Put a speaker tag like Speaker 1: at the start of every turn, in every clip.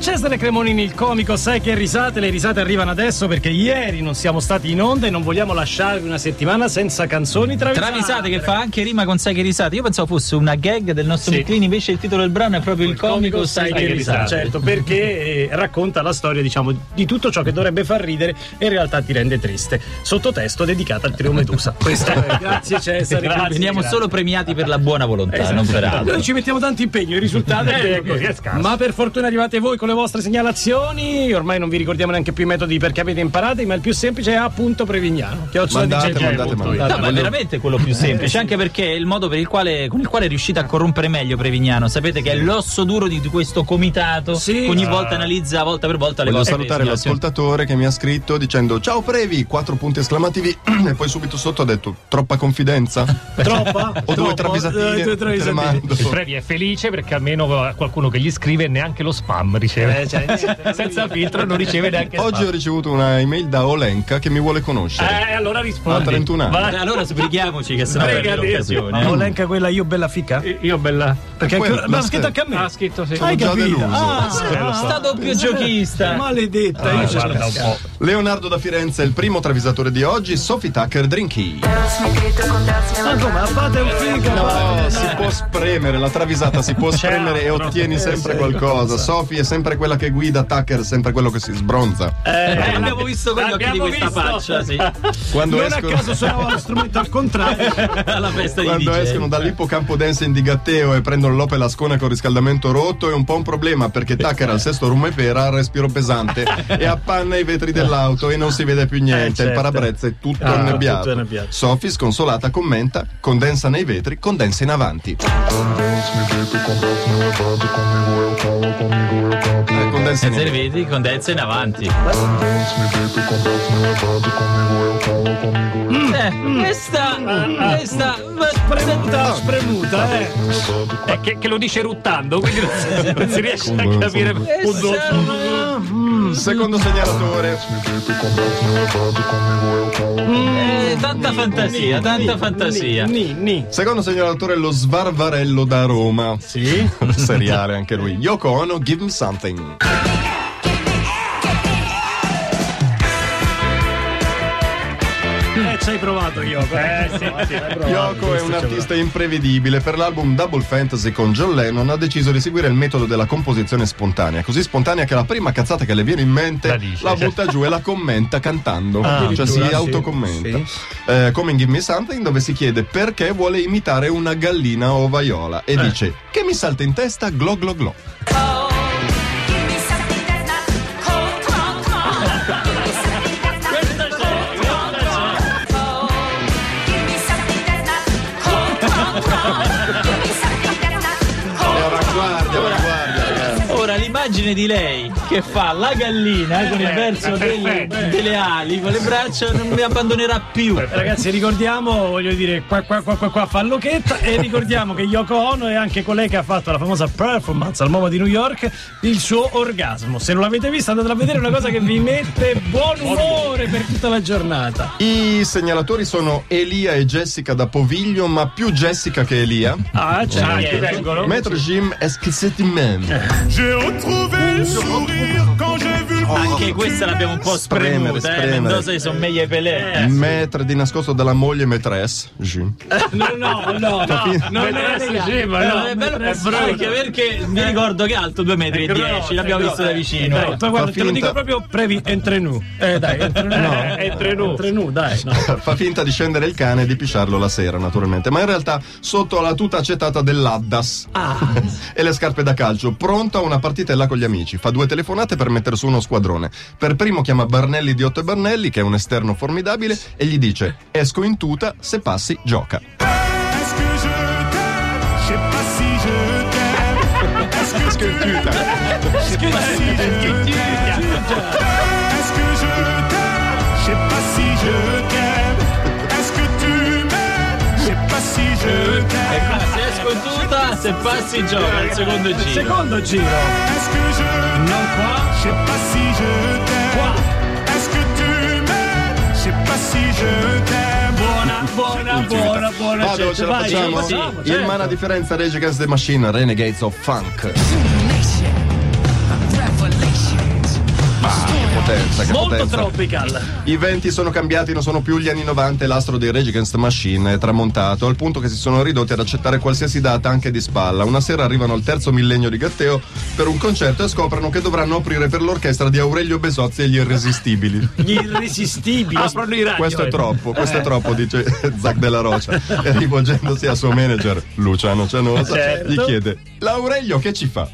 Speaker 1: Cesare Cremonini, il comico, sai che risate, le risate arrivano adesso perché ieri non siamo stati in onda e non vogliamo lasciarvi una settimana senza canzoni travisate.
Speaker 2: Travisate che fa anche rima con sai che risate. Io pensavo fosse una gag del nostro
Speaker 1: Sì.
Speaker 2: Mitrini, invece il titolo del brano è proprio il comico sai che risate.
Speaker 1: Certo, perché eh, racconta la storia, diciamo, di tutto ciò che dovrebbe far ridere e in realtà ti rende triste. Sottotesto dedicato al trio Medusa. Questo è. Grazie Cesare. grazie,
Speaker 2: Veniamo
Speaker 1: grazie.
Speaker 2: solo premiati per la buona volontà,
Speaker 1: Esatto.
Speaker 2: non per altro.
Speaker 1: Noi ci mettiamo tanto impegno, il risultato è che-
Speaker 3: Eh, così è scarso.
Speaker 1: Ma per fortuna arrivate voi con le vostre segnalazioni. Ormai non vi ricordiamo neanche più i metodi perché avete imparati, ma il più semplice è appunto Prevignano. Chiocciola
Speaker 4: Mandate,
Speaker 1: DJJ.
Speaker 4: mandate, mandate.
Speaker 2: No, ma è
Speaker 1: Mandate.
Speaker 2: veramente quello più semplice, anche perché è il modo per il quale, con il quale riuscite a corrompere meglio Prevignano. Sapete che è l'osso duro di questo comitato
Speaker 1: Sì.
Speaker 2: che ogni
Speaker 1: Ah.
Speaker 2: volta analizza volta per volta le
Speaker 4: Voglio
Speaker 2: vostre
Speaker 4: salutare
Speaker 2: segnalazioni.
Speaker 4: l'ascoltatore che mi ha scritto dicendo ciao Previ, quattro punti esclamativi e poi subito sotto ha detto troppa confidenza
Speaker 1: Troppa?
Speaker 4: o
Speaker 1: Troppo?
Speaker 4: due travisatine,
Speaker 1: Eh, due
Speaker 4: te le
Speaker 1: travisatine.
Speaker 4: mando.
Speaker 3: Il Previ è felice perché almeno qualcuno che gli scrive neanche lo spam riceve.
Speaker 1: Eh, cioè, niente,
Speaker 3: Senza filtro non riceve neanche
Speaker 4: Oggi ho
Speaker 3: spam.
Speaker 4: ricevuto una email da Olenka che mi vuole conoscere.
Speaker 3: Eh, allora rispondi.
Speaker 4: Ha 31 anni.
Speaker 3: Vai.
Speaker 2: Eh, Allora sbrighiamoci che sennò
Speaker 3: Prega
Speaker 2: perdi
Speaker 3: Dio.
Speaker 4: Mm.
Speaker 2: l'occasione.
Speaker 1: Ma
Speaker 2: eh.
Speaker 1: Olenka quella Eh, io bella fica?
Speaker 3: Io bella.
Speaker 1: Perché
Speaker 4: quello,
Speaker 1: ancora- ma ha
Speaker 4: lo
Speaker 1: scritto anche a me.
Speaker 3: Ha scritto sì.
Speaker 1: Hai
Speaker 4: già
Speaker 1: capito? Ah,
Speaker 4: deluso.
Speaker 3: Eh, lo so. Ah,
Speaker 2: Sta doppio giochista.
Speaker 1: maledetta. io ci sono
Speaker 3: guarda un
Speaker 1: cascato.
Speaker 3: po'.
Speaker 4: Leonardo da Firenze è il primo travisatore di oggi, Sophie Tucker Drinky.
Speaker 1: Ma come? Ma fate un figa.
Speaker 4: No,
Speaker 1: ma-
Speaker 4: si può spremere, la travisata si può spremere e
Speaker 3: altro.
Speaker 1: Eh,
Speaker 4: ottieni sempre qualcosa. Sophie è sempre quella che guida, Tucker è sempre quello che si sbronza.
Speaker 2: Eh, abbiamo visto con gli occhi di
Speaker 3: l'abbiamo
Speaker 2: questa
Speaker 3: visto.
Speaker 2: faccia, sì.
Speaker 4: Quando
Speaker 1: Non a
Speaker 4: escono-
Speaker 1: caso suonava lo strumento al contrario.
Speaker 2: Alla festa di
Speaker 4: Quando
Speaker 2: DJ.
Speaker 4: escono dall'ippocampo dancing di Gatteo e prendono l'Opel Ascona con riscaldamento rotto è un po' un problema perché Tucker al sesto rum e pera ha il respiro pesante e appanna i vetri dell'auto e non si vede più niente,
Speaker 1: certo.
Speaker 4: il parabrezza è tutto
Speaker 1: Ah,
Speaker 4: innebbiato.
Speaker 1: tutto innebbiato.
Speaker 4: Sophie sconsolata commenta, condensa nei vetri, condensa in avanti. Eh, condensa in
Speaker 2: Se ne
Speaker 4: avanti.
Speaker 2: vedi, condensa in avanti. Eh, questa, questa,
Speaker 1: Premuta, spremuta, eh.
Speaker 3: È che, che lo dice ruttando, quindi non si, non si riesce a capire.
Speaker 2: questa,
Speaker 4: Secondo segnalatore,
Speaker 2: eh, tanta fantasia, tanta fantasia.
Speaker 1: Ni, ni.
Speaker 4: secondo segnalatore lo svarvarello da Roma.
Speaker 1: Sì.
Speaker 4: seriale anche lui. Yoko Ono, Give Me Something.
Speaker 1: Eh, ci hai provato, Yoko. Eh, sì,
Speaker 4: Yoko è un artista imprevedibile. Per l'album Double Fantasy con John Lennon ha deciso di seguire il metodo della composizione spontanea. Così spontanea che la prima cazzata che le viene in mente
Speaker 3: La
Speaker 4: la,
Speaker 3: dice, Ah.
Speaker 4: butta giù e la commenta cantando. cioè si
Speaker 1: addirittura, sì.
Speaker 4: autocommenta. Eh, come in Give Me Something, dove si chiede perché vuole imitare una gallina o vaiola. E
Speaker 3: Eh.
Speaker 4: dice: Che mi salta in testa glo glo glo. E avanguardia, avanguardia, ragazzi.
Speaker 2: Ora l'immagine di lei che fa la gallina con il verso delle, delle ali, con le braccia, non mi abbandonerà più.
Speaker 1: Ragazzi, ricordiamo, voglio dire, qua qua qua qua qua fa Locchetta e ricordiamo che Yoko Ono è anche colei che ha fatto la famosa performance al MoMA di New York, il suo orgasmo. Se non l'avete vista andatela a vedere, è una cosa che vi mette buon umore per tutta la giornata.
Speaker 4: I segnalatori sono Elia e Jessica da Poviglio, ma più Jessica che Elia.
Speaker 1: Ah,
Speaker 3: Ah,
Speaker 1: c'è.
Speaker 3: ci vengono.
Speaker 4: Maître Jim est man.
Speaker 2: Anche questa l'abbiamo un po'
Speaker 4: Spremere,
Speaker 2: spremuta, eh.
Speaker 4: spremere.
Speaker 2: Mendoza e Sommeglia e Pelé.
Speaker 4: Eh. Maître di nascosto dalla moglie maîtresse. Jim.
Speaker 1: No, no, no, no. Non è
Speaker 3: Vedresti,
Speaker 1: legato.
Speaker 3: sì, ma
Speaker 2: Eh,
Speaker 3: no.
Speaker 2: no, è bello perché, perché mi ricordo che è alto 2,10 metri, e
Speaker 3: grosso,
Speaker 2: 10, l'abbiamo
Speaker 3: è
Speaker 2: visto da vicino.
Speaker 1: Dai, tu guarda,
Speaker 4: Fa
Speaker 1: te lo dico
Speaker 4: finta.
Speaker 1: proprio previ entre nu. Eh dai, eh, entre nu.
Speaker 3: No. Entre nu.
Speaker 1: Entre nu, dai, no.
Speaker 4: Fa finta di scendere il cane e di pisciarlo la sera, naturalmente, ma in realtà sotto la tuta acetata dell'Addas e le scarpe da calcio, pronto a una partitella con gli amici. Fa due telefonate per mettere su uno squadrone. Per primo chiama Barnelli di Otto e Barnelli, che è un esterno formidabile, e gli dice: Esco in tuta, se passi, gioca.
Speaker 5: Est-ce que je t'aime Je sais pas si je t'aime. Est-ce que
Speaker 4: Esco in tuta.
Speaker 5: je sais pas si je t'aime Est-ce que je t'aime Je sais pas si je t'aime. Est-ce que tu m'aimes Je sais pas si je t'aime.
Speaker 2: Se esco in tuta, se passi gioca al secondo giro.
Speaker 1: Secondo giro.
Speaker 5: Est-ce que je
Speaker 1: Non qua.
Speaker 5: Je sais pas si je t'aime. Est-ce que tu m'aimes Je sais pas si je t'aime.
Speaker 1: Buona, buona, buona, buona.
Speaker 4: Vado,
Speaker 1: gente,
Speaker 4: ce la
Speaker 1: Cioè, vai,
Speaker 4: facciamo?
Speaker 1: ce la facciamo,
Speaker 4: Il
Speaker 1: certo.
Speaker 4: man a differenza Rage Against the Machine, Renegades of Funk.
Speaker 6: Nation. Revelation.
Speaker 4: potenza, che
Speaker 1: Molto
Speaker 4: potenza.
Speaker 1: tropical.
Speaker 4: I venti sono cambiati, non sono più gli anni 90 e l'astro dei Rage Against the Machine è tramontato, al punto che si sono ridotti ad accettare qualsiasi data anche di spalla. Una sera arrivano al terzo millennio di Gatteo per un concerto e scoprono che dovranno aprire per l'orchestra di Aurelio Besozzi e gli Irresistibili.
Speaker 1: Gli irresistibili. Aprono i radio.
Speaker 4: Questo è troppo, questo è troppo, dice Zac della Rocia. E rivolgendosi al suo manager Luciano Cianosa,
Speaker 1: Certo.
Speaker 4: gli chiede: L'Aurelio che ci fa?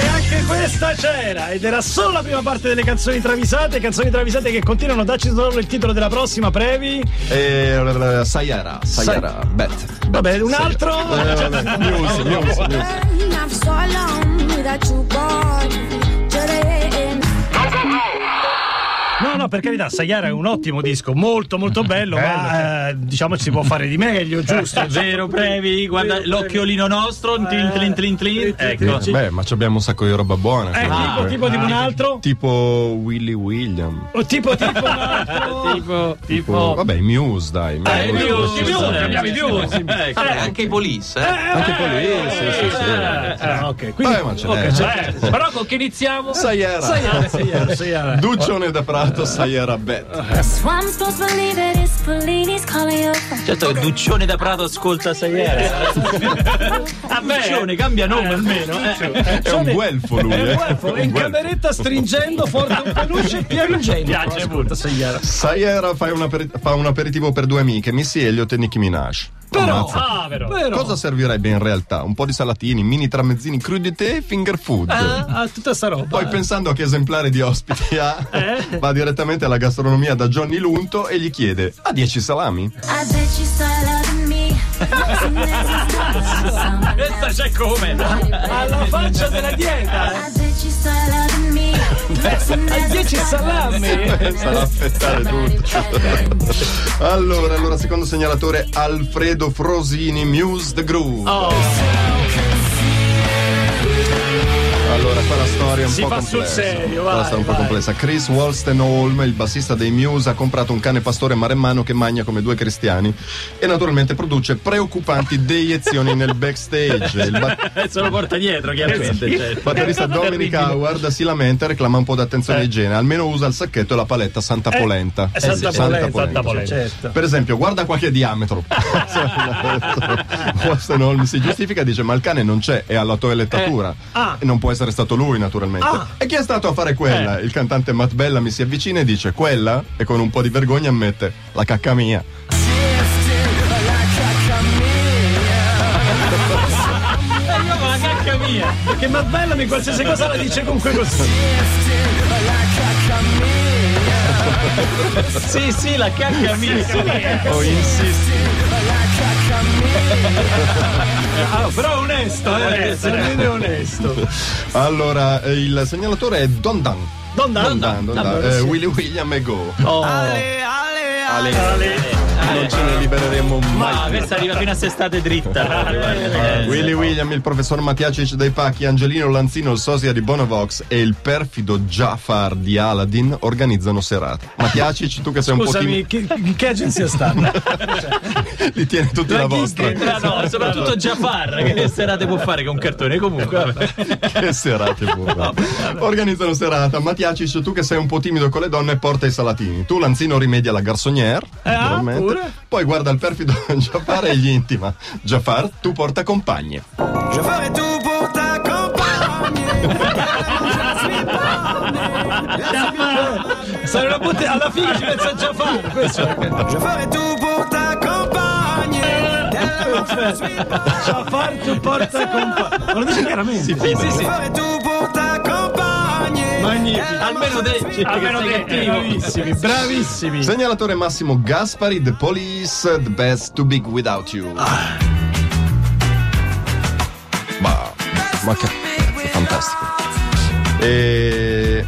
Speaker 1: E anche questa c'era ed era solo la prima parte delle canzoni travisate, canzoni travisate che continuano, dacci solo il titolo della prossima, Previ.
Speaker 4: E Sayara, Sayara, Bet.
Speaker 1: Vabbè, un altro.
Speaker 4: Eh. News, news, news.
Speaker 6: been off so long without you gone. Today,
Speaker 1: No, no, per carità, Sayara è un ottimo disco, molto molto bello, ma eh, diciamo ci si può fare di meglio, giusto?
Speaker 2: È vero, Previ, guarda
Speaker 1: Vero,
Speaker 2: l'occhiolino nostro, tlin tlin tlin tlin.
Speaker 1: Eh,
Speaker 2: Ecco.
Speaker 1: sì.
Speaker 4: Beh, ma ci abbiamo un sacco di roba buona.
Speaker 1: Eh, tipo,
Speaker 4: comunque.
Speaker 1: tipo di un altro.
Speaker 4: Tipo Willy William.
Speaker 1: O tipo tipo un altro.
Speaker 2: Tipo,
Speaker 4: Tipo- Vabbè, i Muse, dai.
Speaker 2: Eh,
Speaker 4: Muse,
Speaker 2: Muse,
Speaker 4: ci
Speaker 1: Muse, eh,
Speaker 4: sta.
Speaker 1: abbiamo i Muse.
Speaker 2: Ecco.
Speaker 7: anche i police, eh?
Speaker 4: Anche quelli, sì, sì, sì.
Speaker 1: Ah, ok, quindi
Speaker 4: Eh, ma ce
Speaker 1: ok, cioè-
Speaker 4: n'è.
Speaker 1: c'è-
Speaker 3: Però con che iniziamo?
Speaker 4: Sayara.
Speaker 1: Sayara, Sayara, Sayara.
Speaker 4: Duccione da Prato, Sayara
Speaker 1: Eh,
Speaker 4: Bet.
Speaker 6: So I'm supposed to believe it is Fellini's calling your phone.
Speaker 2: Certo che Duccione da Prato ascolta Sayera. Duccione cambia nome almeno. eh.
Speaker 4: È un guelfo lui. eh.
Speaker 1: È un guelfo, è in
Speaker 4: guelfo.
Speaker 1: cameretta stringendo forte un peluche e piangendo.
Speaker 3: Piace
Speaker 1: Ascolta, Sayara.
Speaker 4: Sayera fa un, aperi- fa un aperitivo per due amiche, Missy Elliott e Nicki Minaj.
Speaker 1: Però,
Speaker 4: Ammazza.
Speaker 1: ah, però. però-
Speaker 4: Cosa servirebbe in realtà? Un po' di salatini, mini tramezzini crudité e finger food.
Speaker 1: Ah, ah, tutta sta roba.
Speaker 4: Poi pensando a che esemplare di ospiti ha,
Speaker 1: Eh?
Speaker 4: va direttamente alla gastronomia da Johnny Lunto e gli chiede: Ha 10 salami?
Speaker 6: I bet you start loving me. Soon as you start loving someone
Speaker 2: Questa c'è come?
Speaker 6: else.
Speaker 1: alla faccia della dieta.
Speaker 6: I bet you start loving me. Soon as you
Speaker 1: 10
Speaker 6: start loving
Speaker 1: salami.
Speaker 4: Pensa ad affettare tutto. allora, allora, secondo segnalatore Alfredo Frosini, Muse the Groove.
Speaker 1: Oh.
Speaker 4: Allora, qua la storia è un
Speaker 1: Si
Speaker 4: po'
Speaker 1: fa
Speaker 4: complessa.
Speaker 1: sul serio,
Speaker 4: Qua la
Speaker 1: vai,
Speaker 4: storia è un po'
Speaker 1: vai.
Speaker 4: complessa. Chris Wolstenholm, il bassista dei Muse, ha comprato un cane pastore maremmano che magna come due cristiani e naturalmente produce preoccupanti deiezioni nel backstage. Il ba-
Speaker 2: Eh, Se lo porta dietro, chiaramente. certo.
Speaker 4: batterista Dominic Howard si lamenta e reclama un po' d'attenzione e igiene. Almeno usa il sacchetto e la paletta Santa Polenta.
Speaker 1: Eh. Santa
Speaker 4: sì,
Speaker 1: Polenta, Santa Polenta, certo.
Speaker 4: Per esempio, guarda qua che diametro. Wolstenholm si giustifica e dice: Ma il cane non c'è, è alla toelettatura.
Speaker 1: ah.
Speaker 4: E non può essere stato lui, naturalmente. E chi è stato a fare
Speaker 1: Eh.
Speaker 4: quella? Il cantante Matt Bella mi si avvicina e dice: Quella? E con un po' di vergogna ammette: La cacca mia.
Speaker 2: Io ma la cacca mia.
Speaker 1: Che ma bella mi qualsiasi cosa la dice comunque così.
Speaker 2: Sì, sì, la cacca mia.
Speaker 4: Oh, insisti.
Speaker 1: Ah, però onesto, eh, onesto, almeno è onesto.
Speaker 4: Allora, eh, il segnalatore è Don Dan.
Speaker 1: Don Dan.
Speaker 4: Don Dan, Don Dan. Eh, Willy William e Go.
Speaker 2: Oh.
Speaker 4: Ale, Non ce ne libereremo mai.
Speaker 2: Ma Ah, questa arriva fino a sestate dritta. Eh,
Speaker 4: Willy William, il professor Mattiacic dei Pacchi, Angelino Lanzino, il sosia di Bonovox e il perfido Jafar di Aladdin organizzano serate. Mattiacic, tu che sei un po'
Speaker 1: Scusami,
Speaker 4: timido,
Speaker 1: che, in che agenzia Eh, stanno?
Speaker 4: li tieni tutti la,
Speaker 1: La
Speaker 4: vostra.
Speaker 1: gig,
Speaker 2: Ah, no, soprattutto Jafar che serate può fare con cartone comunque vabbè.
Speaker 4: che serate pure. Organizzano serata. Mattiacic, tu che sei un po' timido con le donne, porta i salatini. Tu, Lanzino, rimedia la garçonnière. naturalmente.
Speaker 1: Ah, pure.
Speaker 4: Poi guarda il perfido Jafar e gli intima. Jafar, tu porta compagne.
Speaker 8: Je ferai tout pour
Speaker 1: Sarà una botte- alla fine ci pensa già fare. Questo è
Speaker 8: Je ferai tout pour t'accompagner. Tellement je
Speaker 1: perfetto. Già far tu porta compagno. Ma lo dice chiaramente.
Speaker 2: sì sì
Speaker 8: ferai tout pour t'accompagner.
Speaker 2: magnifico almeno te
Speaker 1: Almeno te, bravissimi, bravissimi.
Speaker 4: Segnalatore Massimo Gaspari, The Police, The Best Too Big Without You.
Speaker 2: Ah.
Speaker 4: Ma, ma che cazzo, fantastico. E...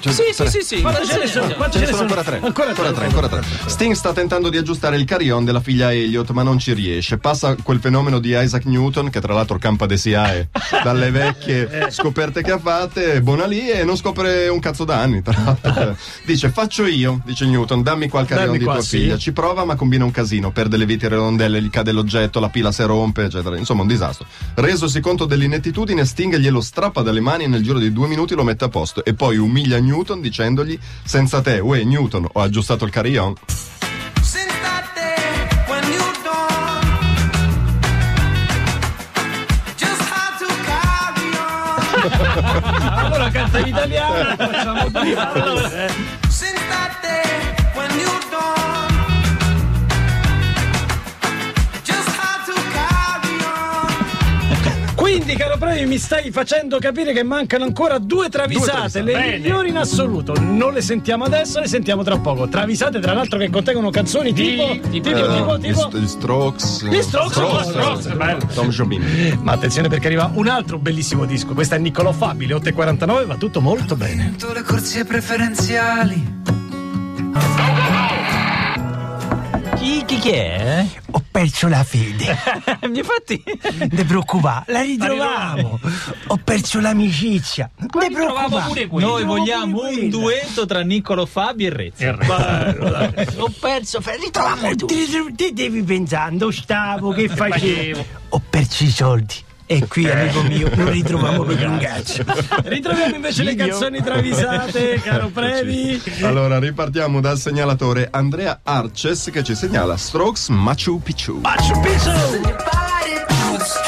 Speaker 4: Cioè,
Speaker 2: Sì,
Speaker 4: tre.
Speaker 2: sì, sì, sì.
Speaker 1: Quante ce
Speaker 2: Sì,
Speaker 1: ne
Speaker 2: sì,
Speaker 1: sono?
Speaker 2: sì.
Speaker 1: Quante
Speaker 4: Ce ne sono ancora tre.
Speaker 1: Ancora tre.
Speaker 4: ancora tre. Sting sta tentando di aggiustare il carillon della figlia Elliot, ma non ci riesce. Passa quel fenomeno di Isaac Newton, che tra l'altro campa de SIAE dalle vecchie scoperte che ha fatte, Bonalì, e non scopre un cazzo da anni. Tra l'altro. dice: Faccio io, dice Newton, dammi qua il carillon
Speaker 1: Dammi
Speaker 4: di
Speaker 1: qua,
Speaker 4: tua
Speaker 1: sì.
Speaker 4: figlia. Ci prova, ma combina un casino. Perde le viti redondelle, gli cade l'oggetto, la pila si rompe, eccetera. Insomma, un disastro. Resosi conto dell'inettitudine, Sting glielo strappa dalle mani e nel giro di due minuti lo mette a posto. E poi umilia Newton dicendogli: Senza te, uè, Newton, ho aggiustato il carillon.
Speaker 8: Since that day when you dawned, just had to carry on.
Speaker 1: Allora canta in italiano. facciamo due. Allora,
Speaker 8: Since that day when you dawned, just had to carry on.
Speaker 1: Quindi, caro Previ, mi stai facendo capire che mancano ancora due travisate, le
Speaker 3: Bene.
Speaker 1: migliori in assoluto. Non le sentiamo adesso, le sentiamo tra poco. Travisate, tra l'altro, che contengono canzoni
Speaker 3: Di-
Speaker 1: tipo.
Speaker 3: di-
Speaker 1: tipo,
Speaker 4: Eh,
Speaker 1: tipo,
Speaker 4: gli
Speaker 1: tipo-
Speaker 4: st- gli Strokes.
Speaker 1: Gli Strokes,
Speaker 3: Strokes,
Speaker 1: Strokes.
Speaker 3: Strokes, bello.
Speaker 4: Tom Jobim.
Speaker 1: Ma attenzione perché arriva un altro bellissimo disco. Questo è Niccolò Fabile, 8.49, va tutto molto bene.
Speaker 8: Sento le corsie preferenziali.
Speaker 2: Chi, chi, chi è?
Speaker 7: Ho perso la fede,
Speaker 2: Infatti,
Speaker 7: non ti preoccupare, la ritroviamo. Ho perso l'amicizia, non ti preoccupare.
Speaker 2: noi vogliamo
Speaker 7: pure
Speaker 2: un
Speaker 7: quella.
Speaker 2: duetto tra Niccolo Fabi e Rezzi.
Speaker 3: Il re.
Speaker 7: Ho perso, fe- ritroviamo tu. Ti, ti devi pensando, stavo, che facevo. Ho perso i soldi. E qui, amico mio, non ritroviamo per un cazzo.
Speaker 1: Ritroviamo invece le canzoni travisate, caro Previ.
Speaker 4: Allora, ripartiamo dal segnalatore Andrea Arces che ci segnala Strokes Machu Picchu.
Speaker 1: Machu Picchu!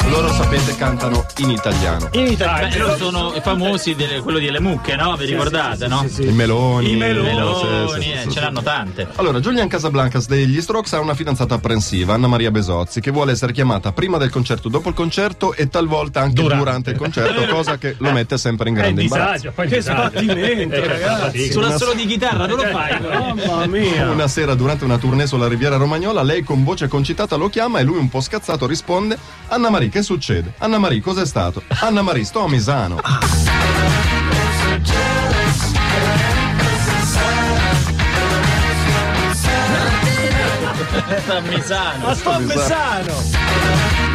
Speaker 4: Loro sapete cantano in italiano.
Speaker 1: In Italia.
Speaker 2: Beh, loro sono famosi delle, quello delle mucche, no? Vi ricordate, no?
Speaker 4: I meloni.
Speaker 1: I meloni,
Speaker 4: sì,
Speaker 2: Meloni,
Speaker 4: sì,
Speaker 2: eh,
Speaker 4: sì,
Speaker 2: ce
Speaker 4: sì.
Speaker 2: l'hanno tante.
Speaker 4: Allora, Julian Casablancas degli Strokes ha una fidanzata apprensiva, Anna Maria Besozzi, che vuole essere chiamata prima del concerto, dopo il concerto e talvolta anche durante,
Speaker 3: Durante.
Speaker 4: il concerto, cosa che lo mette sempre in
Speaker 3: È
Speaker 4: grande imbarazzo.
Speaker 3: disagio, poi
Speaker 1: Che
Speaker 3: disagio.
Speaker 1: sbattimento,
Speaker 3: Eh, che
Speaker 1: ragazzi.
Speaker 3: fatica.
Speaker 2: Sulla solo di chitarra non lo fai. però.
Speaker 1: Mamma mia.
Speaker 4: Una sera durante una tournée sulla riviera romagnola, lei con voce concitata lo chiama e lui un po' scazzato risponde: Anna Maria, che succede? Anna Maria, cos'è stato? Anna Maria, sto a Misano.
Speaker 2: Sta a Misano.
Speaker 1: Ma sto a Messano!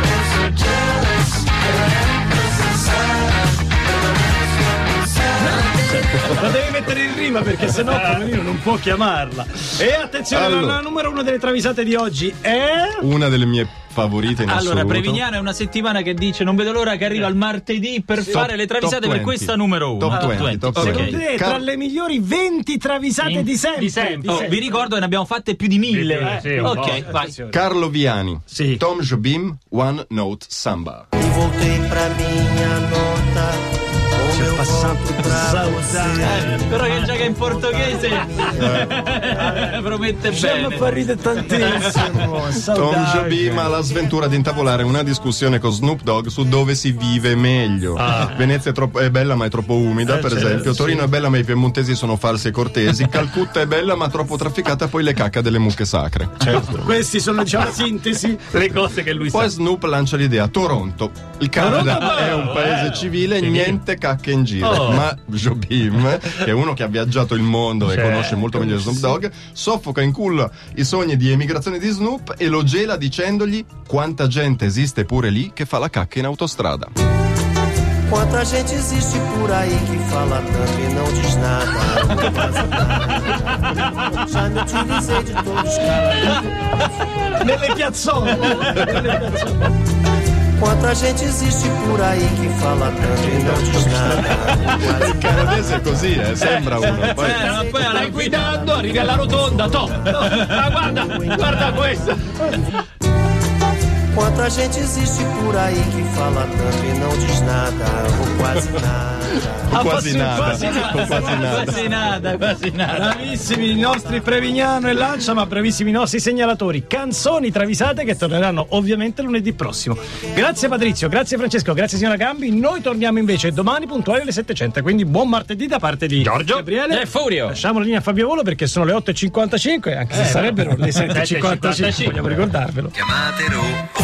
Speaker 1: La devi mettere in rima perché sennò
Speaker 3: Eh.
Speaker 1: Paolino non può chiamarla. E attenzione, la-
Speaker 4: Allora.
Speaker 1: la numero uno delle travisate di oggi è.
Speaker 4: Una delle mie favorite in
Speaker 2: Allora,
Speaker 4: assoluto.
Speaker 2: Prevignano è una settimana che dice non vedo l'ora che arriva il martedì per fare le travisate
Speaker 4: top
Speaker 2: per
Speaker 4: 20.
Speaker 2: questa numero Ah, 1.
Speaker 4: Top 20, top
Speaker 1: secondo
Speaker 4: 20.
Speaker 1: te,
Speaker 4: Ca-
Speaker 1: tra le migliori 20 travisate
Speaker 3: In-
Speaker 1: di sempre.
Speaker 3: di sempre.
Speaker 1: Di
Speaker 2: Oh, vi ricordo che ne abbiamo fatte più di mille. Eh,
Speaker 3: Sì, sì, un
Speaker 2: ok,
Speaker 3: po'.
Speaker 2: vai.
Speaker 4: Carlo Viani,
Speaker 1: Sì.
Speaker 4: Tom Jobim, One Note Samba.
Speaker 9: Voltei pra minha nota. Como eu volto pra você.
Speaker 2: Eh, però che già che in portoghese promette
Speaker 1: Già mi
Speaker 2: bene.
Speaker 1: fa ridere tantissimo.
Speaker 4: Tom
Speaker 1: saudade.
Speaker 4: Jobim ha la sventura di intavolare una discussione con Snoop Dogg su dove si vive meglio. Venezia è, troppo- è bella ma è troppo umida, per esempio. Torino è bella ma i piemontesi sono falsi e cortesi. Calcutta è bella ma troppo trafficata, poi le cacca delle mucche sacre.
Speaker 1: Questi sono diciamo la sintesi.
Speaker 3: Le cose che lui sa.
Speaker 4: Poi Snoop lancia l'idea: Toronto, il Canada è eh. un paese civile, niente cacche in giro. Ma Jobim, che è uno che ha viaggiato il mondo e
Speaker 3: Cioè,
Speaker 4: conosce molto meglio Snoop Dogg, soffoca in culo i sogni di emigrazione di Snoop e lo gela dicendogli quanta gente esiste pure lì che fa la cacca in autostrada.
Speaker 9: Quanta gente existe por aí que fala tanto e não diz nada. Não faz nada. Já me utilizei de todos os caras.
Speaker 1: Nelle piazzole. Nelle piazzole.
Speaker 9: Quanta gente existe por aí que fala tanto e não diz nada. Não faz
Speaker 4: Il canadese è così, eh, sembra uno. Poi...
Speaker 2: Eh, ma poi alla guida
Speaker 3: guidando, arrivi alla rotonda, top. Ma guarda, guarda questa.
Speaker 9: Quanta gente existe por aí que fala tanto e não diz nada, ou quase nada.
Speaker 4: o Certo. quasi nada,
Speaker 1: quasi
Speaker 4: o quasi nada.
Speaker 2: quasi nada, quasi nada.
Speaker 1: Bravissimi i nostri Prevignano e Lancia, ma bravissimi i nostri segnalatori. Canzoni travisate che torneranno ovviamente lunedì prossimo. Grazie Patrizio, grazie Francesco, grazie signora Gambi. Noi torniamo invece domani puntuali alle 7.00, quindi buon martedì da parte di
Speaker 3: Giorgio.
Speaker 1: Gabriele.
Speaker 2: E Furio.
Speaker 1: Lasciamo la linea a Fabio Volo perché
Speaker 8: Eh,
Speaker 3: Eh,
Speaker 1: sono le 8.55, anche se sarebbero le 7.55,
Speaker 3: 7.55,
Speaker 1: vogliamo ricordarvelo.
Speaker 8: Chiamatelo